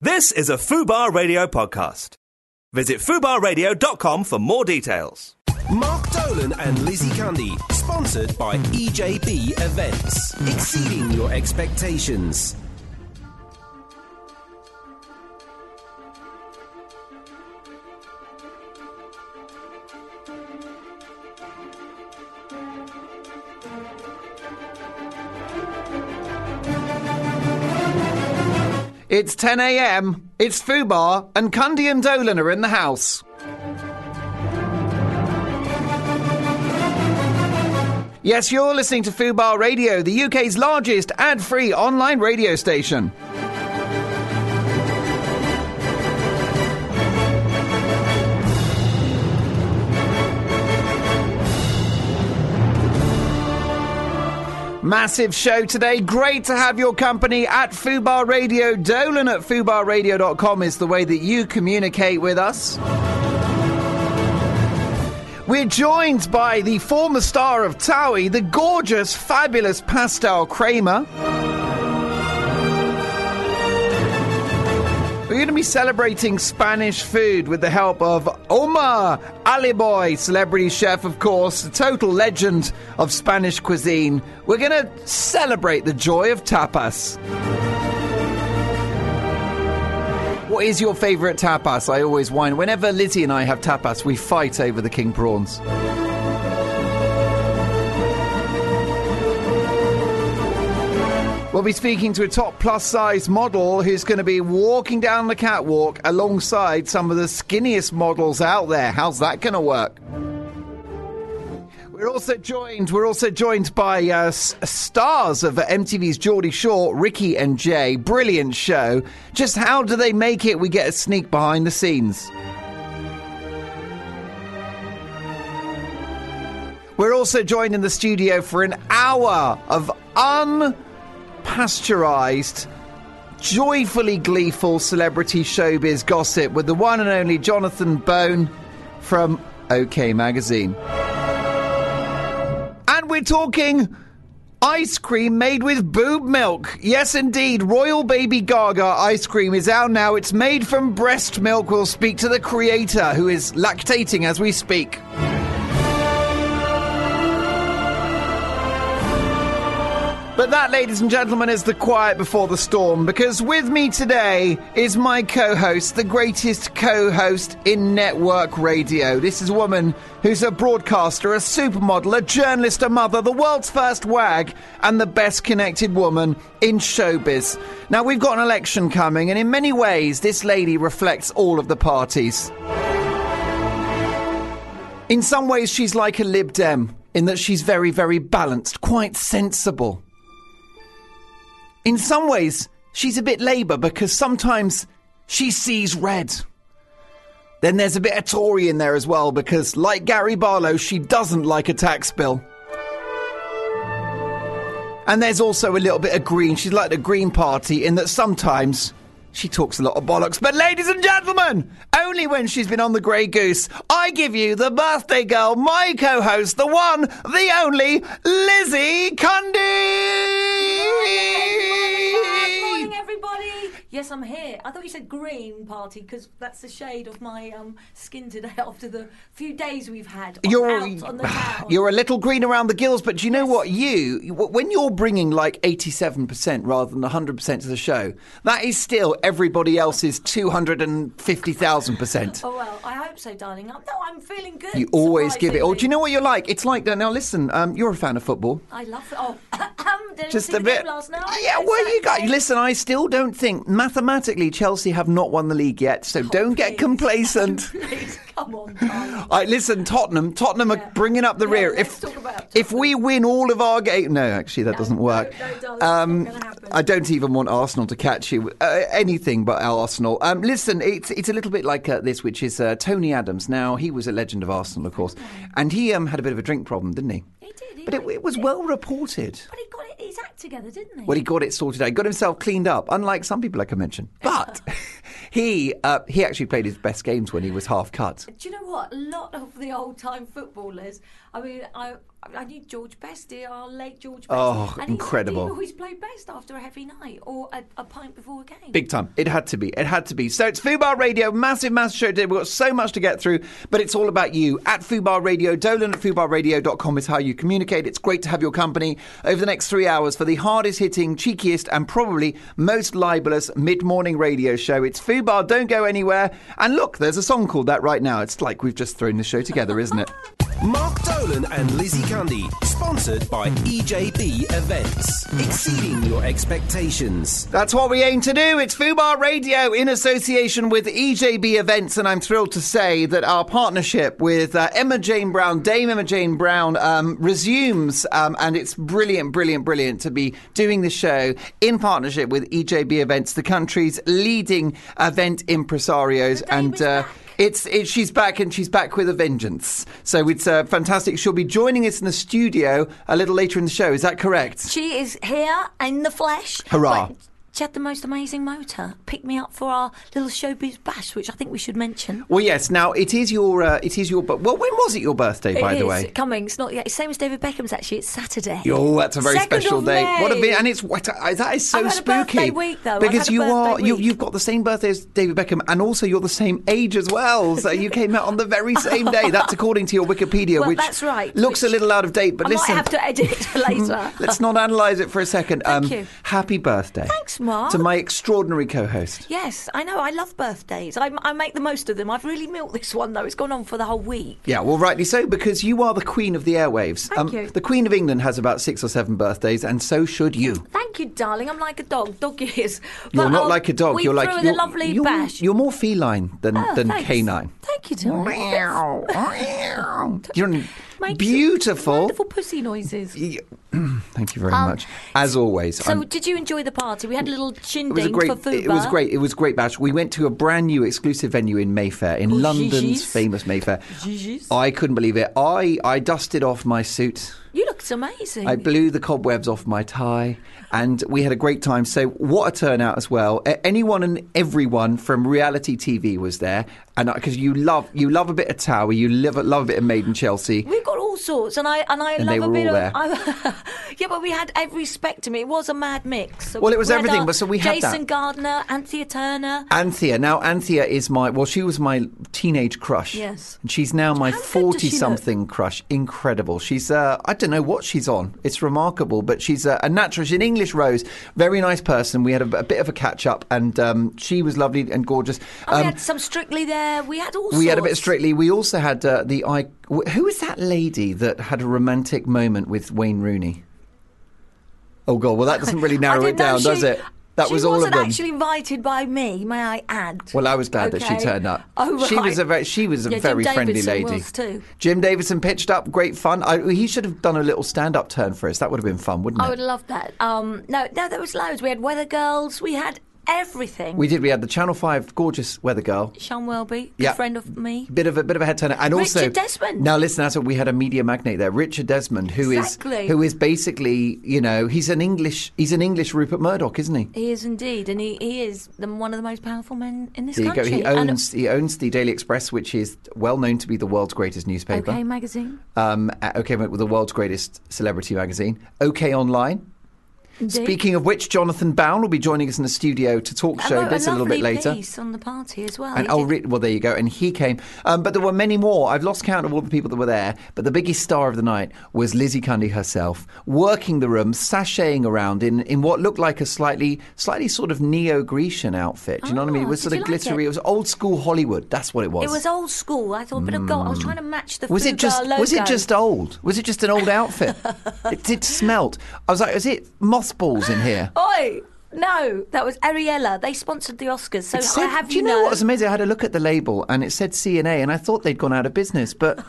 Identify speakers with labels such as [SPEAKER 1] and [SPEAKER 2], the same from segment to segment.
[SPEAKER 1] This is a Fubar Radio podcast. Visit fubarradio.com for more details.
[SPEAKER 2] Mark Dolan and Lizzie Candy, sponsored by EJB Events, exceeding your expectations.
[SPEAKER 3] It's 10 a.m. It's Fubar, and Cundy and Dolan are in the house. Yes, you're listening to Fubar Radio, the UK's largest ad-free online radio station. Massive show today. Great to have your company at Fubar Radio. Dolan at fubarradio.com is the way that you communicate with us. We're joined by the former star of Towie, the gorgeous, fabulous Pastel Kramer. We're going to be celebrating Spanish food with the help of Omar Aliboy, celebrity chef, of course, a total legend of Spanish cuisine. We're going to celebrate the joy of tapas. What is your favourite tapas? I always whine. Whenever Lizzie and I have tapas, we fight over the king prawns. We'll be speaking to a top plus size model who's going to be walking down the catwalk alongside some of the skinniest models out there. How's that going to work? We're also joined. We're also joined by uh, s- stars of MTV's Geordie Shore, Ricky and Jay. Brilliant show. Just how do they make it? We get a sneak behind the scenes. We're also joined in the studio for an hour of unpasteurized, joyfully gleeful celebrity showbiz gossip with the one and only Jonathan Bone from OK Magazine. And we're talking ice cream made with boob milk. Yes, indeed. Royal Baby Gaga ice cream is out now. It's made from breast milk. We'll speak to the creator who is lactating as we speak. But that, ladies and gentlemen, is the quiet before the storm because with me today is my co host, the greatest co host in network radio. This is a woman who's a broadcaster, a supermodel, a journalist, a mother, the world's first wag, and the best connected woman in showbiz. Now, we've got an election coming, and in many ways, this lady reflects all of the parties. In some ways, she's like a Lib Dem in that she's very, very balanced, quite sensible. In some ways, she's a bit Labour because sometimes she sees red. Then there's a bit of Tory in there as well because, like Gary Barlow, she doesn't like a tax bill. And there's also a little bit of green. She's like the Green Party in that sometimes she talks a lot of bollocks. But, ladies and gentlemen, only when she's been on the Grey Goose, I give you the birthday girl, my co host, the one, the only, Lizzie Cundy!
[SPEAKER 4] Morning, everybody. Yes, I'm here. I thought you said green party because that's the shade of my um, skin today after the few days we've had. on-
[SPEAKER 3] You're,
[SPEAKER 4] out on the town.
[SPEAKER 3] you're a little green around the gills, but do you know what? You, you- when you're bringing like 87% rather than 100% to the show, that is still everybody else's 250,000%.
[SPEAKER 4] Oh well, I hope so, darling. I'm, no, I'm feeling good.
[SPEAKER 3] You always give it. Or do you know what you're like? It's like now. Listen, um, you're a fan of football,
[SPEAKER 4] I love it. Oh, did I
[SPEAKER 3] just
[SPEAKER 4] see
[SPEAKER 3] a
[SPEAKER 4] the
[SPEAKER 3] bit.
[SPEAKER 4] game last night.
[SPEAKER 3] Yeah, well, you got.
[SPEAKER 4] Exactly.
[SPEAKER 3] Listen, I still don't think mathematically Chelsea have not won the league yet, so don't get
[SPEAKER 4] please.
[SPEAKER 3] complacent.
[SPEAKER 4] Please come on, darling.
[SPEAKER 3] I listen, Tottenham. Tottenham
[SPEAKER 4] Yeah.
[SPEAKER 3] are bringing up the
[SPEAKER 4] Yeah,
[SPEAKER 3] rear.
[SPEAKER 4] let's
[SPEAKER 3] If
[SPEAKER 4] talk about
[SPEAKER 3] if we win all of our games, no, actually that doesn't
[SPEAKER 4] no,
[SPEAKER 3] work. Um,
[SPEAKER 4] no, darling, it's not gonna happen.
[SPEAKER 3] I don't even want Arsenal to catch you. Uh, anything but Arsenal. Um, listen, it's it's a little bit like uh, this, which is uh, Tony Adams. Now he was a legend of Arsenal, of course, and he um, had a bit of a drink problem, didn't he?
[SPEAKER 4] He did, he
[SPEAKER 3] but it,
[SPEAKER 4] did.
[SPEAKER 3] it was well reported.
[SPEAKER 4] But he got it, his act together, didn't he?
[SPEAKER 3] Well, he got it sorted out. He got himself cleaned up, unlike some people, like I mentioned. But he uh, he actually played his best games when he was half cut.
[SPEAKER 4] Do you know what? A lot of the old time footballers. I mean, I I- I need George Best, dear, our late George Best.
[SPEAKER 3] Oh,
[SPEAKER 4] and
[SPEAKER 3] incredible.
[SPEAKER 4] He's, he always played best after a heavy night or a, a pint before a game.
[SPEAKER 3] Big time. It had to be. It had to be. So it's Fubar Radio, massive, massive show today. We've got so much to get through, but it's all about you. At Fubar Radio, Dolan at FubarRadio.com is how you communicate. It's great to have your company over the next three hours for the hardest hitting, cheekiest, and probably most libelous mid morning radio show. It's Fubar, don't go anywhere. And look, there's a song called that right now. It's like we've just thrown the show together, isn't it?
[SPEAKER 2] Mark Dolan and Lizzie Candy, sponsored by EJB Events. Exceeding your expectations.
[SPEAKER 3] That's what we aim to do. It's Fubar Radio in association with EJB Events, and I'm thrilled to say that our partnership with uh, Emma Jane Brown, Dame Emma Jane Brown, um, resumes, um, and it's brilliant, brilliant, brilliant to be doing the show in partnership with EJB Events, the country's leading event impresarios,
[SPEAKER 4] The Dame
[SPEAKER 3] and. uh,
[SPEAKER 4] is back.
[SPEAKER 3] It's it, she's back and she's back with a vengeance. So it's uh, fantastic. She'll be joining us in the studio a little later in the show. Is that correct?
[SPEAKER 4] She is here in the flesh.
[SPEAKER 3] Hurrah.
[SPEAKER 4] But she had the most amazing motor. Picked me up for our little showbiz bash, which I think we should mention.
[SPEAKER 3] Well, yes. Now it is your uh, it is your. bu- Well, when was it your birthday? by
[SPEAKER 4] It
[SPEAKER 3] the
[SPEAKER 4] is
[SPEAKER 3] way.
[SPEAKER 4] coming. It's not yet. It's same as David Beckham's actually. It's Saturday.
[SPEAKER 3] Oh, that's a very
[SPEAKER 4] Second
[SPEAKER 3] special
[SPEAKER 4] of
[SPEAKER 3] day. What a
[SPEAKER 4] May.
[SPEAKER 3] bit, and it's what, uh, that is so
[SPEAKER 4] I've had a
[SPEAKER 3] spooky.
[SPEAKER 4] birthday week, though. I've
[SPEAKER 3] because
[SPEAKER 4] had a
[SPEAKER 3] you are
[SPEAKER 4] birthday
[SPEAKER 3] you,
[SPEAKER 4] week.
[SPEAKER 3] you've got the same birthday as David Beckham, and also you're the same age as well. So you came out on the very same day. That's according to your Wikipedia,
[SPEAKER 4] Well,
[SPEAKER 3] which
[SPEAKER 4] that's right,
[SPEAKER 3] looks a
[SPEAKER 4] which-
[SPEAKER 3] little out of date. But
[SPEAKER 4] I
[SPEAKER 3] listen,
[SPEAKER 4] might have to edit it later.
[SPEAKER 3] let's not analyse it for a second. Um,
[SPEAKER 4] Thank you.
[SPEAKER 3] Happy birthday!
[SPEAKER 4] Thanks, Mark.
[SPEAKER 3] To my extraordinary co-host.
[SPEAKER 4] Yes, I know. I love birthdays. I, I make the most of them. I've really milked this one though. It's gone on for the whole week.
[SPEAKER 3] Yeah, well, rightly so, because you are the queen of the airwaves. Um,
[SPEAKER 4] Thank you.
[SPEAKER 3] The Queen of England has about six or seven birthdays, and so should you.
[SPEAKER 4] Thank you, darling. I'm like a dog. Dog ears.
[SPEAKER 3] You're
[SPEAKER 4] But,
[SPEAKER 3] not
[SPEAKER 4] um,
[SPEAKER 3] like a dog.
[SPEAKER 4] We
[SPEAKER 3] you're
[SPEAKER 4] threw
[SPEAKER 3] like
[SPEAKER 4] in a
[SPEAKER 3] you're,
[SPEAKER 4] lovely
[SPEAKER 3] you're,
[SPEAKER 4] bash.
[SPEAKER 3] you're more feline than
[SPEAKER 4] Oh,
[SPEAKER 3] than
[SPEAKER 4] thanks.
[SPEAKER 3] canine.
[SPEAKER 4] Thank you, darling.
[SPEAKER 3] You're
[SPEAKER 4] Makes
[SPEAKER 3] beautiful.
[SPEAKER 4] Wonderful pussy noises.
[SPEAKER 3] Thank you very
[SPEAKER 4] Um,
[SPEAKER 3] much. As always,
[SPEAKER 4] So,
[SPEAKER 3] I'm-
[SPEAKER 4] did you enjoy the party? We had a little
[SPEAKER 3] it was a
[SPEAKER 4] shindig
[SPEAKER 3] great.
[SPEAKER 4] for food.
[SPEAKER 3] It was great. It was a great bash. We went to a brand new exclusive venue in Mayfair, in
[SPEAKER 4] Oh,
[SPEAKER 3] London's
[SPEAKER 4] Gigi's.
[SPEAKER 3] famous Mayfair.
[SPEAKER 4] Gigi's.
[SPEAKER 3] I couldn't believe it. I I dusted off my suit.
[SPEAKER 4] You looked amazing.
[SPEAKER 3] I blew the cobwebs off my tie, and we had a great time. So, what a turnout as well! A- Anyone and everyone from reality TV was there, and because you love you love a bit of Tower, you love, love a bit of Maiden Chelsea.
[SPEAKER 4] We've got all sorts, and I and I
[SPEAKER 3] And
[SPEAKER 4] love
[SPEAKER 3] they
[SPEAKER 4] a
[SPEAKER 3] were
[SPEAKER 4] bit
[SPEAKER 3] all there.
[SPEAKER 4] of. I, yeah, but we had every spectrum. It was a mad mix. So
[SPEAKER 3] Well, it was
[SPEAKER 4] we had
[SPEAKER 3] everything,
[SPEAKER 4] our
[SPEAKER 3] but so we had
[SPEAKER 4] Jason
[SPEAKER 3] that.
[SPEAKER 4] Gardner, Anthea Turner.
[SPEAKER 3] Anthea. Now, Anthea is my well, she was my teenage crush.
[SPEAKER 4] Yes.
[SPEAKER 3] and she's now my
[SPEAKER 4] How good does she look?
[SPEAKER 3] forty-something crush. Incredible. She's uh, I don't know what she's on. It's remarkable, but she's a, a natural. She's an English rose. Very nice person. We had a, a bit of a catch-up, and um, she was lovely and gorgeous.
[SPEAKER 4] And we
[SPEAKER 3] Um,
[SPEAKER 4] had some Strictly there. We had all.
[SPEAKER 3] we had a bit of
[SPEAKER 4] sorts.
[SPEAKER 3] strictly. We also had uh, the I. wh- Who was that lady that had a romantic moment with Wayne Rooney? Oh god, well that doesn't really
[SPEAKER 4] I
[SPEAKER 3] narrow it
[SPEAKER 4] didn't know
[SPEAKER 3] down,
[SPEAKER 4] she-
[SPEAKER 3] does it? That
[SPEAKER 4] she
[SPEAKER 3] was all of
[SPEAKER 4] wasn't
[SPEAKER 3] them.
[SPEAKER 4] actually invited by me, may I add?
[SPEAKER 3] Well, I was glad that
[SPEAKER 4] Okay.
[SPEAKER 3] she turned up.
[SPEAKER 4] Oh, right.
[SPEAKER 3] She was a very, she was a
[SPEAKER 4] Yeah, Jim
[SPEAKER 3] very friendly
[SPEAKER 4] Davidson
[SPEAKER 3] lady.
[SPEAKER 4] was too.
[SPEAKER 3] Jim Davidson pitched up, great fun. I, he should have done a little stand-up turn for us. That would have been fun, wouldn't
[SPEAKER 4] I
[SPEAKER 3] it?
[SPEAKER 4] would love that. Um, no, no, there was loads. We had Weather Girls. We had everything.
[SPEAKER 3] we did. We had the Channel Five gorgeous weather girl.
[SPEAKER 4] Sean Welby, good
[SPEAKER 3] Yeah.
[SPEAKER 4] friend of me.
[SPEAKER 3] Bit of a bit of a head turner, and also
[SPEAKER 4] Richard Desmond.
[SPEAKER 3] Now listen, that's what we had a media magnate there, Richard Desmond, who is
[SPEAKER 4] Exactly.
[SPEAKER 3] who is basically, you know, he's an English he's an English Rupert Murdoch, isn't he?
[SPEAKER 4] He is indeed, and he, he is the, one of the most powerful men in this
[SPEAKER 3] There you go.
[SPEAKER 4] country.
[SPEAKER 3] He
[SPEAKER 4] And-
[SPEAKER 3] owns he owns the Daily Express, which is well known to be the world's greatest newspaper.
[SPEAKER 4] OK Magazine.
[SPEAKER 3] um, at OK with the world's greatest celebrity magazine, OK Online.
[SPEAKER 4] Indeed.
[SPEAKER 3] Speaking of which, Jonathan Bowne will be joining us in the studio to talk
[SPEAKER 4] I wrote
[SPEAKER 3] showbiz a, little bit
[SPEAKER 4] lovely
[SPEAKER 3] later.
[SPEAKER 4] Piece on the party as well.
[SPEAKER 3] And
[SPEAKER 4] He
[SPEAKER 3] oh,
[SPEAKER 4] did-
[SPEAKER 3] re- well, there you go. And he came, um, but there were many more. I've lost count of all the people that were there. But the biggest star of the night was Lizzie Cundy herself, working the room, sashaying around in, in what looked like a slightly, slightly sort of neo-Grecian outfit. Do you know what I mean? It
[SPEAKER 4] Ah,
[SPEAKER 3] was sort
[SPEAKER 4] did
[SPEAKER 3] of
[SPEAKER 4] you like it?
[SPEAKER 3] glittery. It was old school Hollywood. That's what it was.
[SPEAKER 4] it was old school. I thought, but of God, I was trying to match the.
[SPEAKER 3] Hmm. Was it
[SPEAKER 4] Fubar
[SPEAKER 3] just was it
[SPEAKER 4] logo.
[SPEAKER 3] just old? Was it just an old outfit? it, it smelt. I was like, is it mothballs in here?
[SPEAKER 4] Oi! No, that was Ariella. They sponsored the Oscars. So
[SPEAKER 3] It said-
[SPEAKER 4] I have
[SPEAKER 3] do you know, what was amazing? I had a look at the label and it said C and A, and I thought they'd gone out of business, but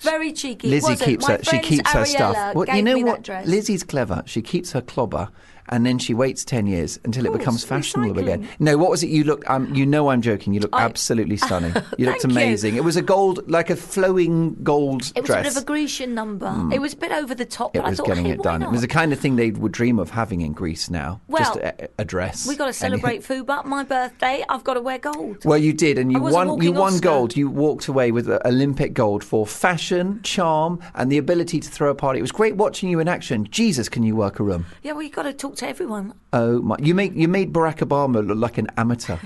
[SPEAKER 4] Very cheeky.
[SPEAKER 3] Lizzie
[SPEAKER 4] wasn't.
[SPEAKER 3] keeps
[SPEAKER 4] My
[SPEAKER 3] her she
[SPEAKER 4] friends
[SPEAKER 3] keeps her
[SPEAKER 4] Ariella
[SPEAKER 3] stuff. Well,
[SPEAKER 4] gave
[SPEAKER 3] you know
[SPEAKER 4] me
[SPEAKER 3] what?
[SPEAKER 4] That dress.
[SPEAKER 3] Lizzie's clever. She keeps her clobber, and then she waits ten years until it
[SPEAKER 4] Oh,
[SPEAKER 3] becomes
[SPEAKER 4] it's
[SPEAKER 3] fashionable again.
[SPEAKER 4] recycling.
[SPEAKER 3] No, what was it? You looked. Um, you know, I'm joking. You looked
[SPEAKER 4] I-
[SPEAKER 3] absolutely stunning. You looked
[SPEAKER 4] Thank you.
[SPEAKER 3] amazing. It was a gold, like a flowing gold
[SPEAKER 4] It
[SPEAKER 3] dress.
[SPEAKER 4] was
[SPEAKER 3] Hmm.
[SPEAKER 4] a bit of a Grecian number. It was a bit over the top,
[SPEAKER 3] it
[SPEAKER 4] but I
[SPEAKER 3] was
[SPEAKER 4] thought,
[SPEAKER 3] getting
[SPEAKER 4] hey,
[SPEAKER 3] it
[SPEAKER 4] why
[SPEAKER 3] done.
[SPEAKER 4] Not?
[SPEAKER 3] It was the kind of thing they would dream of having in Greece now. Just
[SPEAKER 4] Well,
[SPEAKER 3] a, a dress.
[SPEAKER 4] we got to
[SPEAKER 3] Anything.
[SPEAKER 4] celebrate Fuba. My birthday. I've got to wear gold.
[SPEAKER 3] Well, you did, and you
[SPEAKER 4] I wasn't
[SPEAKER 3] won. You
[SPEAKER 4] walking
[SPEAKER 3] won
[SPEAKER 4] Oscar.
[SPEAKER 3] gold. You walked away with uh, Olympic gold for fashion, charm, and the ability to throw a party. It was great watching you in action. Jesus, can you work a room?
[SPEAKER 4] yeah, well, you got to talk to everyone.
[SPEAKER 3] Oh my! You make you made Barack Obama look like an amateur.